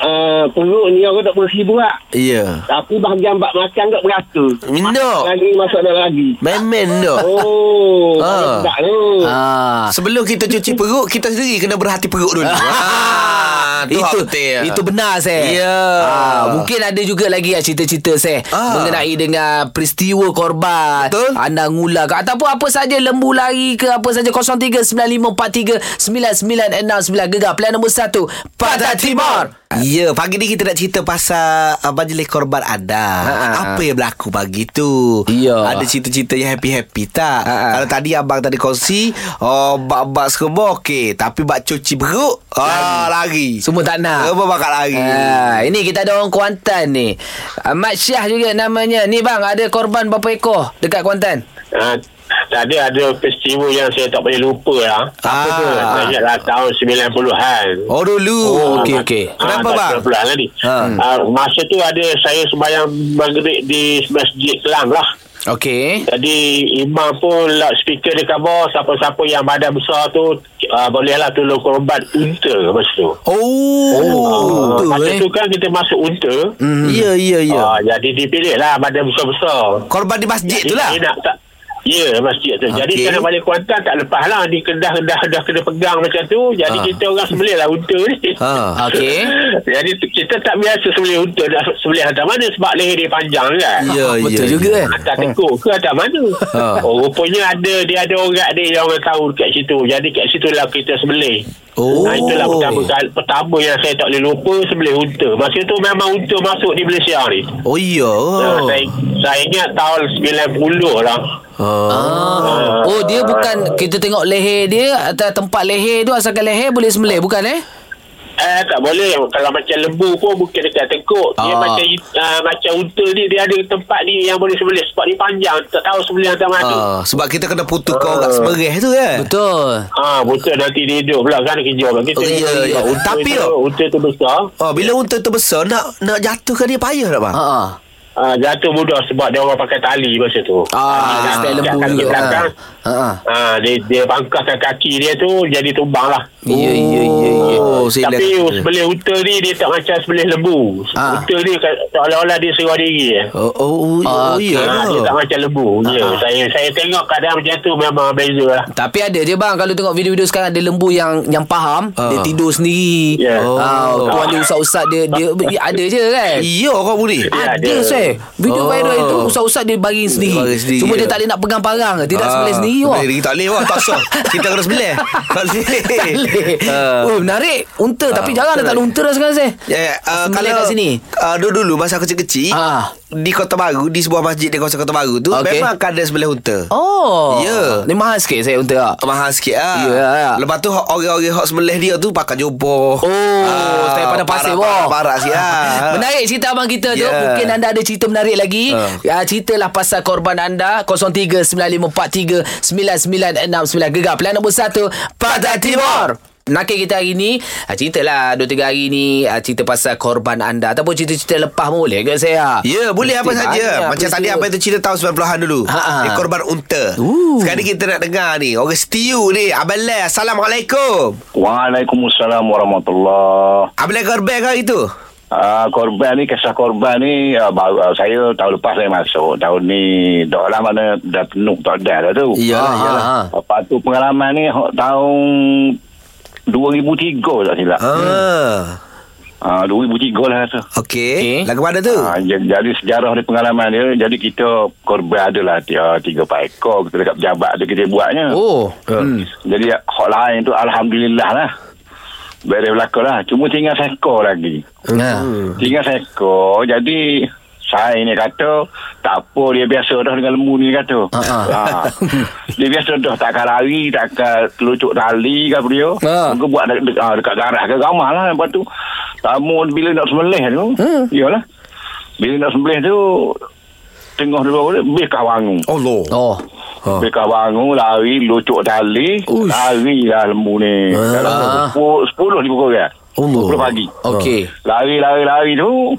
Speaker 5: Uh, perut ni orang tak bersih buat.
Speaker 2: Ya.
Speaker 5: Tapi bahagian bak makan tak berata.
Speaker 2: No.
Speaker 5: Lagi masuk dalam lagi.
Speaker 2: Memen tu.
Speaker 5: Oh,
Speaker 2: Ah.
Speaker 5: tak tu.
Speaker 3: Ha.
Speaker 2: Sebelum kita cuci perut, kita sendiri kena berhati perut dulu. Ah, tu
Speaker 3: itu
Speaker 2: hak betul.
Speaker 3: itu benar saya.
Speaker 2: Ya.
Speaker 3: Ah, mungkin ada juga lagi ah, cerita-cerita saya
Speaker 2: Ah.
Speaker 3: mengenai dengan peristiwa korban,
Speaker 2: Betul.
Speaker 3: anda ngula ke ataupun apa saja lembu lari ke apa saja 0395439969 gegar plan nombor 1 Pantai Timur.
Speaker 2: Ya, pagi ni kita nak cerita pasal uh, majlis korban ada.
Speaker 3: Ha, ha,
Speaker 2: Apa yang berlaku pagi tu?
Speaker 3: Ya.
Speaker 2: Ada cerita-cerita yang happy-happy tak?
Speaker 3: Ha, ha.
Speaker 2: Kalau tadi abang tadi kongsi, oh bak-bak serba okey, tapi bak cuci perut, ah lari.
Speaker 3: Semua tak nak.
Speaker 2: Semua bakal lari.
Speaker 3: Ah, ini kita ada orang Kuantan ni. Ah, Mat Syah juga namanya. Ni bang, ada korban berapa ekor dekat Kuantan?
Speaker 7: Ha, tadi ada festival yang saya tak boleh lupa lah.
Speaker 2: Apa tu?
Speaker 7: Saya ingat lah tahun 90-an.
Speaker 2: Oh dulu.
Speaker 3: Oh, okey, okey.
Speaker 2: Kenapa,
Speaker 7: tak
Speaker 2: bang?
Speaker 7: 90-an tadi.
Speaker 2: Ha.
Speaker 7: Ha. masa tu ada saya sembahyang maghrib di Masjid Kelang lah.
Speaker 3: Okey.
Speaker 7: Jadi imam pun loudspeaker dia kabar siapa-siapa yang badan besar tu uh, bolehlah tolong korban unta masa tu.
Speaker 2: Oh.
Speaker 7: Ah,
Speaker 2: tu,
Speaker 7: masa
Speaker 2: eh.
Speaker 7: tu kan kita masuk unta.
Speaker 2: Hmm. Ya, ya, ya.
Speaker 7: Ah, jadi dipilih lah badan besar-besar.
Speaker 2: Korban di masjid tu lah.
Speaker 7: Dia nak tak Ya masjid tu Jadi
Speaker 2: Okey.
Speaker 7: okay. kalau balik Kuantan Tak lepas lah Di Kedah-Kedah Dah kena pegang macam tu Jadi
Speaker 2: Ha.
Speaker 7: kita orang sembelih lah Unta ni
Speaker 2: Ha.
Speaker 3: Okey.
Speaker 7: Jadi tu- kita tak biasa sembelih unta Nak sembelih hantar mana Sebab leher dia panjang kan
Speaker 2: Ya, ya.
Speaker 3: Betul
Speaker 2: ya.
Speaker 3: juga, eh.
Speaker 7: Hantar tekuk ke hantar mana
Speaker 2: Ha.
Speaker 7: Oh rupanya ada Dia ada orang dia Yang orang tahu kat situ Jadi kat situ lah kita sembelih
Speaker 2: Oh.
Speaker 7: Nah, itulah pertama, kali- pertama yang saya tak boleh lupa sembelih unta. Masa tu memang unta masuk di Malaysia ni.
Speaker 2: Oh, ya.
Speaker 7: Oh. Saya, saya ingat tahun 90 lah.
Speaker 3: Ah. Oh dia bukan kita tengok leher dia atau tempat leher tu asalkan leher boleh sembelih bukan eh?
Speaker 7: Eh, tak boleh. Kalau macam lembu pun bukan dekat tengkuk. Dia
Speaker 3: Ah.
Speaker 7: macam uh, macam unta ni. Dia ada tempat ni yang boleh sembelih. Sebab dia panjang. Tak tahu sembelih hantar mana.
Speaker 2: Ah, sebab kita kena putus kau kat semerih tu kan.
Speaker 3: Betul.
Speaker 7: Ah, betul nanti dia hidup pula kan kerja. Sebab Kita
Speaker 2: Oh, ya,
Speaker 7: tengok
Speaker 2: ya.
Speaker 7: Unta
Speaker 2: Tapi,
Speaker 7: tu,
Speaker 2: oh.
Speaker 7: unta tu besar.
Speaker 2: Oh, bila unta tu besar nak nak jatuhkan dia payah tak bang?
Speaker 3: Ha Ya. ah.
Speaker 8: uh, jatuh mudah sebab dia orang pakai tali masa tu.
Speaker 3: Ah,
Speaker 8: Dia
Speaker 3: style
Speaker 8: angkat
Speaker 3: lembu
Speaker 8: kaki
Speaker 3: juga.
Speaker 8: belakang.
Speaker 3: Ha. Ha.
Speaker 8: Ah, dia, dia pangkaskan kaki dia tu jadi tumbang lah.
Speaker 3: Ya, ya, ya, ya.
Speaker 2: Oh, saya
Speaker 8: Tapi
Speaker 2: bilang-
Speaker 8: sebelih uta ni dia tak macam sebelih lembu.
Speaker 3: Ah.
Speaker 8: Uta ni kat- seolah-olah dia serah diri. je.
Speaker 2: Oh, oh, oh, oh
Speaker 3: Okey.
Speaker 2: ya.
Speaker 8: Ah, dia tak macam lembu. Ya, saya saya tengok keadaan macam tu memang beza lah.
Speaker 3: Tapi ada je bang Kalau tengok video-video sekarang Ada lembu yang yang faham
Speaker 2: Ah.
Speaker 3: Dia tidur sendiri
Speaker 8: Ya.
Speaker 3: oh.
Speaker 2: Oh.
Speaker 3: Tuan dia usap-usap dia, dia, dia Ada je kan
Speaker 2: Ya, orang boleh.
Speaker 8: Ya,
Speaker 3: Ada
Speaker 8: ada.
Speaker 3: saya Video
Speaker 2: Oh.
Speaker 3: viral itu Usap-usap dia baring sendiri,
Speaker 2: baring sendiri,
Speaker 3: Cuma
Speaker 2: ya.
Speaker 3: dia tak boleh nak pegang parang Tidak ah. sebelah sendiri wah.
Speaker 2: Sendiri tak boleh wah, tak sah. Kita kena sebelah. Tak
Speaker 3: Tak boleh. Oh menarik Unta Tapi jarang
Speaker 2: unta
Speaker 3: dah tak ada
Speaker 2: lagi.
Speaker 3: unta dah sekarang saya
Speaker 2: Ah. Ya, yeah, uh,
Speaker 3: Sembelih
Speaker 2: kalau
Speaker 3: kat sini.
Speaker 2: uh, dulu dulu masa aku kecil-kecil
Speaker 3: Ah.
Speaker 2: di Kota Baru di sebuah masjid di kawasan Kota Baru tu
Speaker 3: Okey.
Speaker 2: memang akan ada sebelah unta.
Speaker 3: Oh
Speaker 2: Ya.
Speaker 3: Ni mahal sikit saya unta tak?
Speaker 2: Mahal sikit lah
Speaker 3: Ya, ya.
Speaker 2: Lepas tu hok- Orang-orang hot sembelih dia tu Pakai jubah Ah,
Speaker 3: Oh, saya pada pasir
Speaker 2: Parak-parak
Speaker 3: wah.
Speaker 2: parak sikit lah
Speaker 3: Menarik cerita abang kita tu.
Speaker 2: Yeah.
Speaker 3: Mungkin anda ada cerita menarik lagi.
Speaker 2: Ah.
Speaker 3: Uh. ceritalah pasal korban anda 0395439969 gegar. Pilihan nombor 1 Pantai Timur. Nakik kita hari ni ah, Ceritalah 2-3 hari ni ah, Cerita pasal korban anda Ataupun cerita-cerita lepas pun boleh ke saya
Speaker 2: Ya boleh apa
Speaker 3: Mesti
Speaker 2: saja
Speaker 3: banyak
Speaker 2: Macam tadi
Speaker 3: peristiwa.
Speaker 2: apa itu cerita tahun 90-an dulu
Speaker 3: Ha, ha.
Speaker 2: Dia korban unta
Speaker 3: Ooh.
Speaker 2: Sekarang ni kita nak dengar ni Orang setiu ni Abang Le Assalamualaikum
Speaker 7: Waalaikumsalam warahmatullahi
Speaker 2: Abang Le korban kau itu
Speaker 7: Uh, korban ni kisah korban ni uh, baru, uh, saya tahun lepas saya masuk tahun ni dah lah mana dah penuh tak ada dah tu
Speaker 3: Iyalah,
Speaker 7: Ah,
Speaker 3: iyalah.
Speaker 7: ah. lepas tu pengalaman ni ho- tahun 2003 tak silap
Speaker 2: ha.
Speaker 3: Ah.
Speaker 7: uh, 2003 lah tu
Speaker 3: Hmm. Okey.
Speaker 2: Okey Lagu
Speaker 3: Eh.
Speaker 2: mana tu
Speaker 7: Ah, j- jadi sejarah ni pengalaman dia jadi kita korban adalah tiga, tiga paikor kita dekat pejabat tu kita buatnya
Speaker 3: Oh hmm.
Speaker 7: Jadi hak lain tu Alhamdulillah lah Beres belakang lah Cuma tinggal sekor lagi
Speaker 3: Nah.
Speaker 7: Tinggal sekor Jadi saya ni kata tak apa dia biasa dah dengan lembu ni dia kata.
Speaker 3: Ha, ha.
Speaker 7: Ha. dia biasa dah tak akan lari, tak akan telucuk tali ke apa dia.
Speaker 3: Ha.
Speaker 7: Muka buat de- de- ah, dekat garah ke ramah lah. Lepas tu tamu bila nak sembelih tu, iyalah. Bila nak sembelih tu tengah dulu bekah bangun.
Speaker 2: Allah
Speaker 3: Oh
Speaker 7: Oh. Dekat bangun lari lucuk tali
Speaker 3: Uish. Ah.
Speaker 7: lari lah lembu ni dalam sepuluh sepuluh ribu korang
Speaker 3: Allah. Ah.
Speaker 7: sepuluh pagi
Speaker 3: Okey.
Speaker 7: lari lari lari tu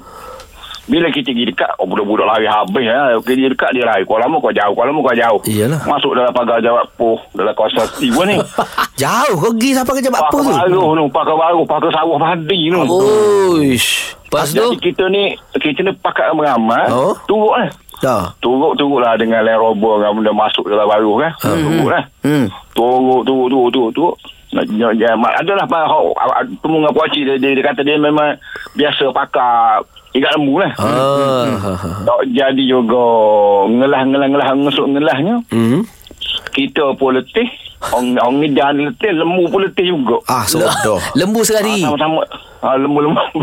Speaker 7: bila kita pergi dekat oh, budak-budak lari habis lah pergi dekat dia lari kau lama kau jauh kau lama kau jauh
Speaker 3: Iyalah.
Speaker 7: masuk dalam pagar jawab poh dalam kawasan tiba ni
Speaker 2: Jauh kau pergi Siapa kerja buat apa
Speaker 7: pakar
Speaker 2: tu
Speaker 7: baru tu pakar baru pakar sawah padi tu
Speaker 3: Uish Lepas tu
Speaker 7: jadi kita ni kita ni pakat ramai-ramai
Speaker 2: Oh.
Speaker 7: turut lah
Speaker 2: Dah
Speaker 7: Turut-turut lah dengan Land Rover kan benda masuk dalam baru kan. Hmm. Turut lah.
Speaker 3: Hmm.
Speaker 7: Hmm. Turut, turut, turut, turut, turut. Nak, nak, ya, mak- adalah pak hok temu dengan pakcik dia, dia, dia kata dia memang biasa pakar ikat lembu lah.
Speaker 2: Ah.
Speaker 7: Hmm.
Speaker 3: Ha,
Speaker 7: Tak jadi juga ngelah-ngelah-ngelah ngesuk-ngelahnya.
Speaker 2: Hmm.
Speaker 7: Kita pun letih. Orang orang ni dan letih, lembu pun letih juga.
Speaker 2: Ah, sodoh.
Speaker 3: Lembu
Speaker 7: Ah,
Speaker 3: sekali
Speaker 7: sama-sama ah, lembu-lembu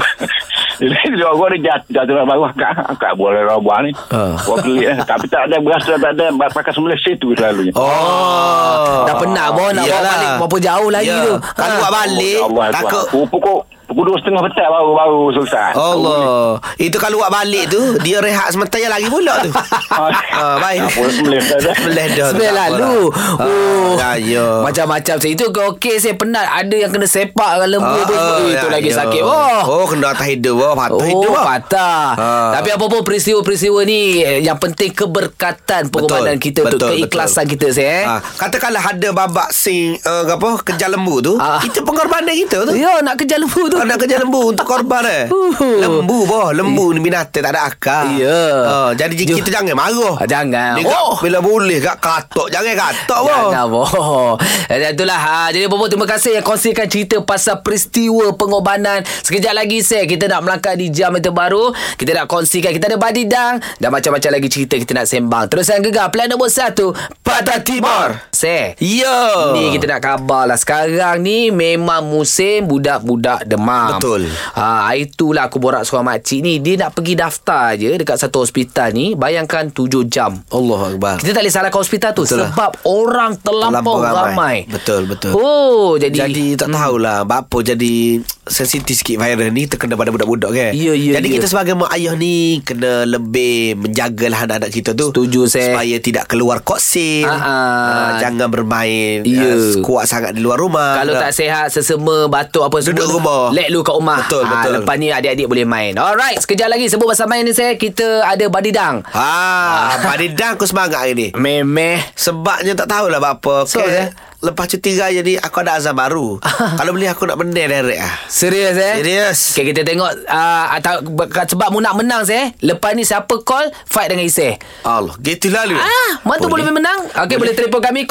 Speaker 7: jadi dia orang dia jatuh jatuh dalam bawah kak kak boleh roboh ni
Speaker 2: Ah.
Speaker 7: uh. pelik eh. tapi tak ada berasa tak ada pakai sembelih situ selalunya
Speaker 2: Oh.
Speaker 3: Dah penat pun Nak bawa
Speaker 2: Iyalah.
Speaker 3: balik Berapa jauh lagi
Speaker 2: Ya.
Speaker 3: tu
Speaker 2: Kalau
Speaker 3: Ha.
Speaker 2: buat
Speaker 7: Oh,
Speaker 2: balik Takut
Speaker 7: takut ya pukul pukul dua setengah petang baru baru selesai
Speaker 2: Allah Itu kalau buat balik tu Dia rehat sementara lagi pula tu ah, Baik
Speaker 7: Apa, sembelih dah dah.
Speaker 2: Sembelih dah tu,
Speaker 3: Sebelah
Speaker 2: tak
Speaker 3: lalu
Speaker 2: apalah.
Speaker 3: lah, oh.
Speaker 2: Ah, Ya
Speaker 3: Macam-macam saya Itu ke okey saya penat Ada yang kena sepak dengan lembu
Speaker 2: Ah,
Speaker 3: pun
Speaker 2: ah,
Speaker 3: oh, Itu
Speaker 2: ya,
Speaker 3: lagi
Speaker 2: ya.
Speaker 3: sakit Oh
Speaker 2: Oh kena atas hidup oh. Patah hidup
Speaker 3: Oh
Speaker 2: oh.
Speaker 3: patah
Speaker 2: Ah.
Speaker 3: Tapi apa pun peristiwa-peristiwa ni eh, Yang penting keberkatan Pengorbanan kita Untuk keikhlasan kita saya eh.
Speaker 2: Ah, Katakanlah ada babak sing uh, Apa Kejar lembu tu
Speaker 3: Ah.
Speaker 2: Itu pengorbanan kita tu
Speaker 3: Ya nak kejar lembu tu
Speaker 2: Kau nak kerja lembu untuk korban eh
Speaker 3: Uhuh.
Speaker 2: Lembu boh Lembu ni binatang tak ada akal
Speaker 3: Ya.
Speaker 2: Ah, Jadi
Speaker 3: Ju-
Speaker 2: kita jangan marah
Speaker 3: Ah, jangan.
Speaker 2: Dia oh.
Speaker 3: Oh.
Speaker 2: Bila boleh kat katok Jangan katok boh
Speaker 3: Jangan boh. Dan ya, itulah. Ha. Jadi Bobo terima kasih yang kongsikan cerita pasal peristiwa pengorbanan. Sekejap lagi saya kita nak melangkah di jam yang terbaru. Kita nak kongsikan. Kita ada badidang dan macam-macam lagi cerita kita nak sembang. Teruskan gegar. Plan nombor satu. Patah Timur. Saya.
Speaker 2: Ya
Speaker 3: Ni kita nak kabar lah Sekarang ni memang musim budak-budak demam
Speaker 2: Betul.
Speaker 3: ha, Hari tu lah aku borak seorang makcik ni Dia nak pergi daftar je dekat satu hospital ni Bayangkan 7 jam
Speaker 2: Allah Akbar
Speaker 3: Ah. kita tak boleh salahkan hospital
Speaker 2: Betul
Speaker 3: tu Betul
Speaker 2: lah.
Speaker 3: sebab orang terlampau
Speaker 2: Terlampau
Speaker 3: ramai.
Speaker 2: ramai. Betul, betul.
Speaker 3: Oh, jadi
Speaker 2: jadi tak tahulah Bapa jadi sensitif sikit virus ni terkena pada budak-budak kan.
Speaker 3: Ya, ya,
Speaker 2: Jadi
Speaker 3: ya.
Speaker 2: kita sebagai mak ayah ni kena lebih menjagalah anak-anak kita tu.
Speaker 3: Setuju, Seh.
Speaker 2: Supaya tidak keluar koksil.
Speaker 3: Ah, ah.
Speaker 2: Ah, jangan bermain
Speaker 3: Ya.
Speaker 2: ah, kuat sangat di luar rumah.
Speaker 3: Kalau tak sihat Sesama batuk apa semua
Speaker 2: ah, Duduk rumah.
Speaker 3: Let lu kat rumah Ah,
Speaker 2: Betul, betul.
Speaker 3: Lepas ni adik-adik boleh main Alright Sekejap lagi Sebut pasal main ni saya Kita ada badidang
Speaker 2: Ha, pada dah aku semangat hari ni.
Speaker 3: Memeh
Speaker 2: Sebabnya tak tahulah apa.
Speaker 3: So, eh?
Speaker 2: Lepas cuti raya ni aku ada azam baru. Kalau boleh aku nak menang direct ah.
Speaker 3: Serius eh
Speaker 2: Serius.
Speaker 3: Okay kita tengok uh, atau, Sebab mu nak menang saya Lepas ni siapa call Fight dengan Iseh
Speaker 2: Allah, gitu lah, lalu.
Speaker 3: Ah, mana tu boleh menang? Okey, boleh. boleh telefon kami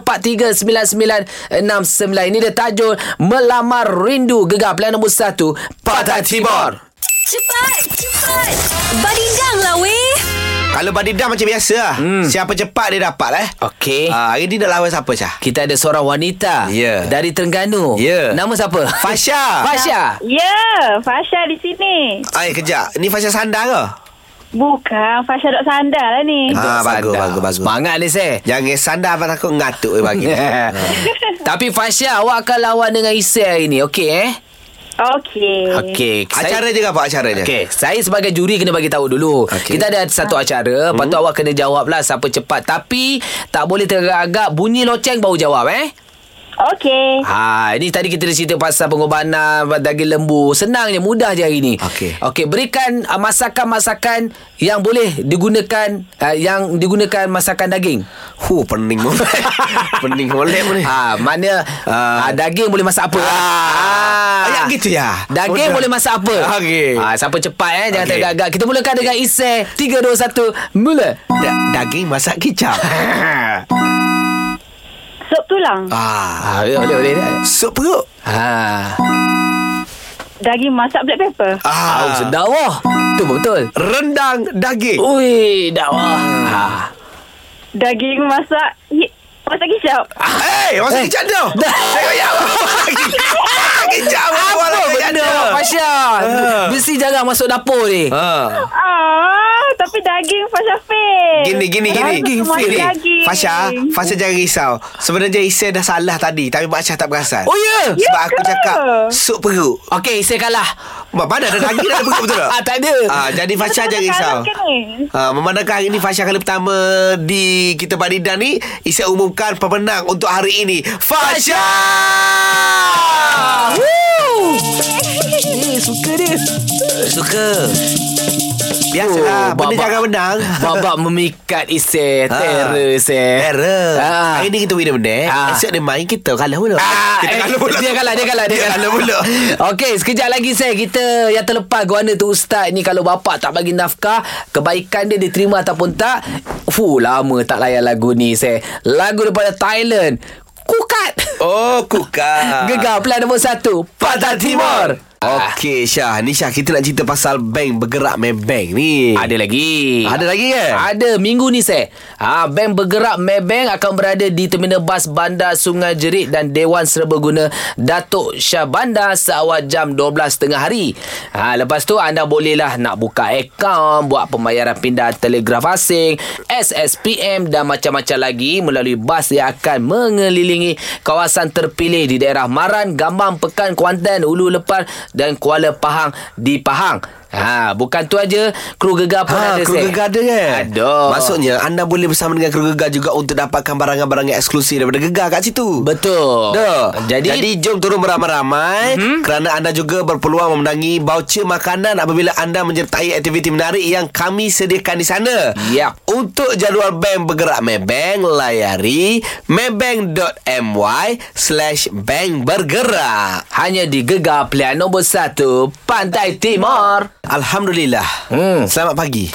Speaker 3: 0395439969. Ini dia tajul Melamar Rindu Gegar pilihan nombor 1 Pantai Timur.
Speaker 6: Cepat, cepat. Badidang lah weh.
Speaker 2: Kalau body dam macam biasa lah. Hmm. Siapa cepat dia dapat lah eh.
Speaker 3: Okey.
Speaker 2: Ah, hari ni nak lawan siapa Syah?
Speaker 3: Kita ada seorang wanita
Speaker 2: Ya.
Speaker 3: dari Terengganu.
Speaker 2: Ya.
Speaker 3: Nama siapa?
Speaker 2: Fasha.
Speaker 3: Fasha.
Speaker 9: Ya, yeah, Fasha di sini.
Speaker 2: Ay, kejap. Ni Fasha Sandar ke?
Speaker 9: Bukan, Fasha dok sandal lah ni.
Speaker 2: Ah, bagus,
Speaker 3: Sandar.
Speaker 2: bagus, bagus.
Speaker 3: Semangat ni, Seh.
Speaker 2: Jangan sandar abang takut ngatuk eh bagi.
Speaker 3: Tapi Fasha, awak akan lawan dengan Isai hari ni. Okey, eh?
Speaker 9: Okey.
Speaker 3: Okey. saya-
Speaker 2: Acara je ke apa acaranya?
Speaker 3: Okey, saya sebagai juri kena bagi tahu dulu.
Speaker 2: Okey.
Speaker 3: Okay. Kita ada satu acara, hmm. lepas tu awak kena jawablah siapa cepat. Tapi tak boleh teragak bunyi loceng baru jawab eh.
Speaker 9: Okey.
Speaker 3: Ha, ini tadi kita dah cerita pasal pengorbanan daging lembu. Senang je, mudah je hari ni.
Speaker 2: Okey.
Speaker 3: Okey, berikan uh, masakan-masakan yang boleh digunakan uh, yang digunakan masakan daging.
Speaker 2: Hu, pening mu. pening Ah. molek mu ni.
Speaker 3: Ha, mana uh, uh, daging boleh masak apa?
Speaker 2: Ah, ayat gitu ya?
Speaker 3: Daging
Speaker 2: Mudah.
Speaker 3: boleh masak apa?
Speaker 2: Okey.
Speaker 3: Ah, siapa cepat eh, jangan
Speaker 2: Okey.
Speaker 3: okay. teragak. Kita mulakan dengan Isai. 3 2 1, mula.
Speaker 2: Da- daging masak kicap.
Speaker 9: Sup tulang.
Speaker 2: ah,
Speaker 3: boleh boleh boleh.
Speaker 2: sup perut.
Speaker 3: Ha.
Speaker 9: Daging masak black pepper.
Speaker 3: Ah, oh, sedap Oh. wah. Tu betul.
Speaker 2: Rendang daging.
Speaker 3: Ui, dah wah.
Speaker 2: Ah.
Speaker 3: Ha.
Speaker 9: Daging masak hi- masak kicap.
Speaker 2: Eh, masak
Speaker 3: Eh.
Speaker 2: kicap tu. Tengok ya. Masak kicap. Apa
Speaker 3: Benda awak Fasha. Besi jarang masuk dapur ni.
Speaker 2: Ah.
Speaker 9: Ah, tapi daging Fasha fail.
Speaker 2: Gini gini gini.
Speaker 9: Daging semua
Speaker 2: Gini.
Speaker 9: daging.
Speaker 2: Fasha, Fasha jangan risau. Sebenarnya Isai dah salah tadi tapi Mak Syah tak perasan.
Speaker 3: Oh ya. Yeah.
Speaker 2: Sebab
Speaker 9: Ya
Speaker 2: aku
Speaker 9: ke?
Speaker 2: cakap sup perut.
Speaker 3: Okey, saya kalah.
Speaker 2: Mak mana ada daging ada perut betul tak?
Speaker 3: Ah, tak ada.
Speaker 2: Ah, jadi Fasha jangan risau.
Speaker 9: Sekarang ke ni?
Speaker 2: Ha, memandangkan hari ini Fasha kali pertama di Kita Badidan ni Isya umumkan pemenang untuk hari ini Fasha!
Speaker 3: Woo! Eh, suka dia. Suka.
Speaker 2: Biasalah, oh, benda jangan menang
Speaker 3: Babak memikat Isai. eh.
Speaker 2: Ha.
Speaker 3: Terror Isai.
Speaker 2: Error
Speaker 3: Ah.
Speaker 2: Hari ni kita winner benda
Speaker 3: Ah.
Speaker 2: Esok dia main kita kalah pula
Speaker 3: Ah,
Speaker 2: Kita
Speaker 3: eh,
Speaker 2: kalah pula
Speaker 3: Dia kalah, dia kalah, dia,
Speaker 2: Dia kalah pula
Speaker 3: Okey, sekejap lagi saya kita yang terlepas guana tu ustaz ni kalau bapak tak bagi nafkah, kebaikan dia diterima ataupun tak. Fu, lama tak layan lagu ni saya. Lagu daripada Thailand. Kukat.
Speaker 2: Oh, kuka
Speaker 3: Gegar pelan nombor satu Pantai Timur.
Speaker 2: Okey Syah Ni Syah kita nak cerita pasal bank Bergerak main bank ni
Speaker 3: Ah, Ada lagi.
Speaker 2: Ada lagi kan?
Speaker 3: Ada minggu ni saya. Ha, bank bergerak Maybank akan berada di terminal bas bandar Sungai Jerit dan Dewan Serbaguna Datuk Shah Bandar seawal jam 12.30 hari. Ha, lepas tu anda bolehlah nak buka akaun, buat pembayaran pindah telegraf asing, SSPM dan macam-macam lagi melalui bas yang akan mengelilingi kawasan terpilih di daerah Maran, Gambang, Pekan, Kuantan, Ulu Lepan dan Kuala Pahang di Pahang. Ha, bukan tu aja, kru gegar pun
Speaker 2: Ha,
Speaker 3: ada
Speaker 2: keluarga
Speaker 3: Seh.
Speaker 2: Gegar ada kan?
Speaker 3: Aduh.
Speaker 2: Maksudnya anda boleh bersama dengan keluarga Gegar juga untuk dapatkan barang-barang yang eksklusif daripada Gegar kat situ.
Speaker 3: Betul.
Speaker 2: Duh. Jadi,
Speaker 3: Jadi, Mhm.
Speaker 2: Jadi jom turun beramai-ramai mm-hmm. kerana anda juga berpeluang memenangi voucher makanan apabila anda menyertai aktiviti menarik yang kami sediakan di sana.
Speaker 3: Yap.
Speaker 2: Untuk jadual bank bergerak Maybank, layari maybank.my slash bank bergerak.
Speaker 3: hanya di Gegar pilihan nombor 1 Pantai Timur.
Speaker 2: Alhamdulillah.
Speaker 3: Hmm.
Speaker 2: Selamat pagi.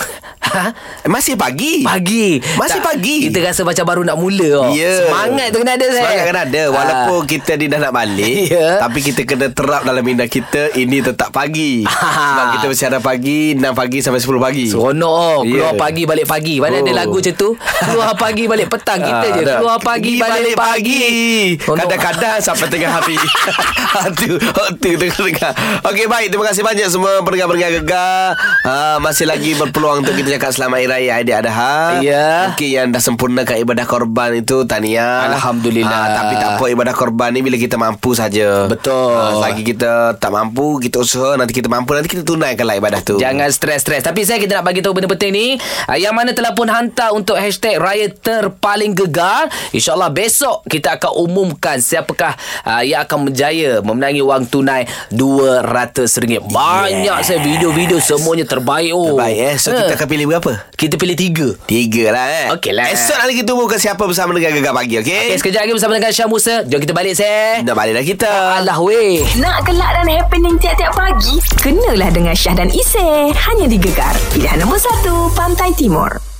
Speaker 3: Ha?
Speaker 2: Eh, Masih pagi.
Speaker 3: Pagi.
Speaker 2: Masih pagi.
Speaker 3: Kita rasa macam baru nak mula. Oh.
Speaker 2: Ya.
Speaker 3: Semangat tu kena ada. Zek.
Speaker 2: Semangat kena ada Walaupun
Speaker 3: Ha.
Speaker 2: kita ni dah nak balik
Speaker 3: Ya.
Speaker 2: Tapi kita kena terap dalam minda kita Ini tetap pagi
Speaker 3: Ah.
Speaker 2: Sebab kita bersiaran pagi 6 pagi sampai 10 pagi
Speaker 3: Seronok oh. Keluar
Speaker 2: Ya.
Speaker 3: pagi balik pagi
Speaker 2: Oh.
Speaker 3: Mana oh. ada lagu macam tu Keluar pagi balik petang Kita
Speaker 2: Ah,
Speaker 3: je
Speaker 2: dah.
Speaker 3: Keluar pagi
Speaker 2: Pergi
Speaker 3: balik, pagi, Seronok.
Speaker 2: Kadang-kadang sampai Ah, oh, tengah hari Hantu Hantu tengah-tengah Okey baik Terima kasih banyak semua Pendengar-pendengar gegar ha, Masih lagi berpeluang Untuk kita cakap Selamat Hari Raya Aidil Adha
Speaker 3: Ya.
Speaker 2: Mungkin yang dah sempurnakan Ibadah korban itu Tahniah
Speaker 3: Alhamdulillah.
Speaker 2: Ah, Tapi tak apa Ibadah korban ni Bila kita mampu saja
Speaker 3: Betul.
Speaker 2: Ah, Selagi kita tak mampu Kita usaha Nanti kita mampu Nanti kita tunaikanlah ibadah tu
Speaker 3: Jangan stres-stres Tapi saya kita nak bagi tahu benda penting ni ah, Yang mana telah pun hantar untuk hashtag Raya Terpaling Gegar InsyaAllah besok kita akan umumkan Siapakah ah, yang akan berjaya Memenangi wang tunai RM200 Banyak saya video-video semuanya terbaik oh.
Speaker 2: Baik eh So kita akan pilih berapa?
Speaker 3: kita pilih tiga
Speaker 2: Tiga lah eh
Speaker 3: Okey lah.
Speaker 2: Esok nanti kita buka siapa bersama dengan Gegar Pagi
Speaker 3: Okay,
Speaker 2: okey? Okay,
Speaker 3: Eh, sekejap lagi bersama dengan Syah Musa Jom kita balik saya
Speaker 2: Eh. Dah balik dah kita
Speaker 3: Alah weh
Speaker 1: Nak gelak dan happening tiap-tiap pagi? Kenalah dengan Syah dan Isy. Hanya di Gegar. Pilihan nombor 1, Pantai Timur.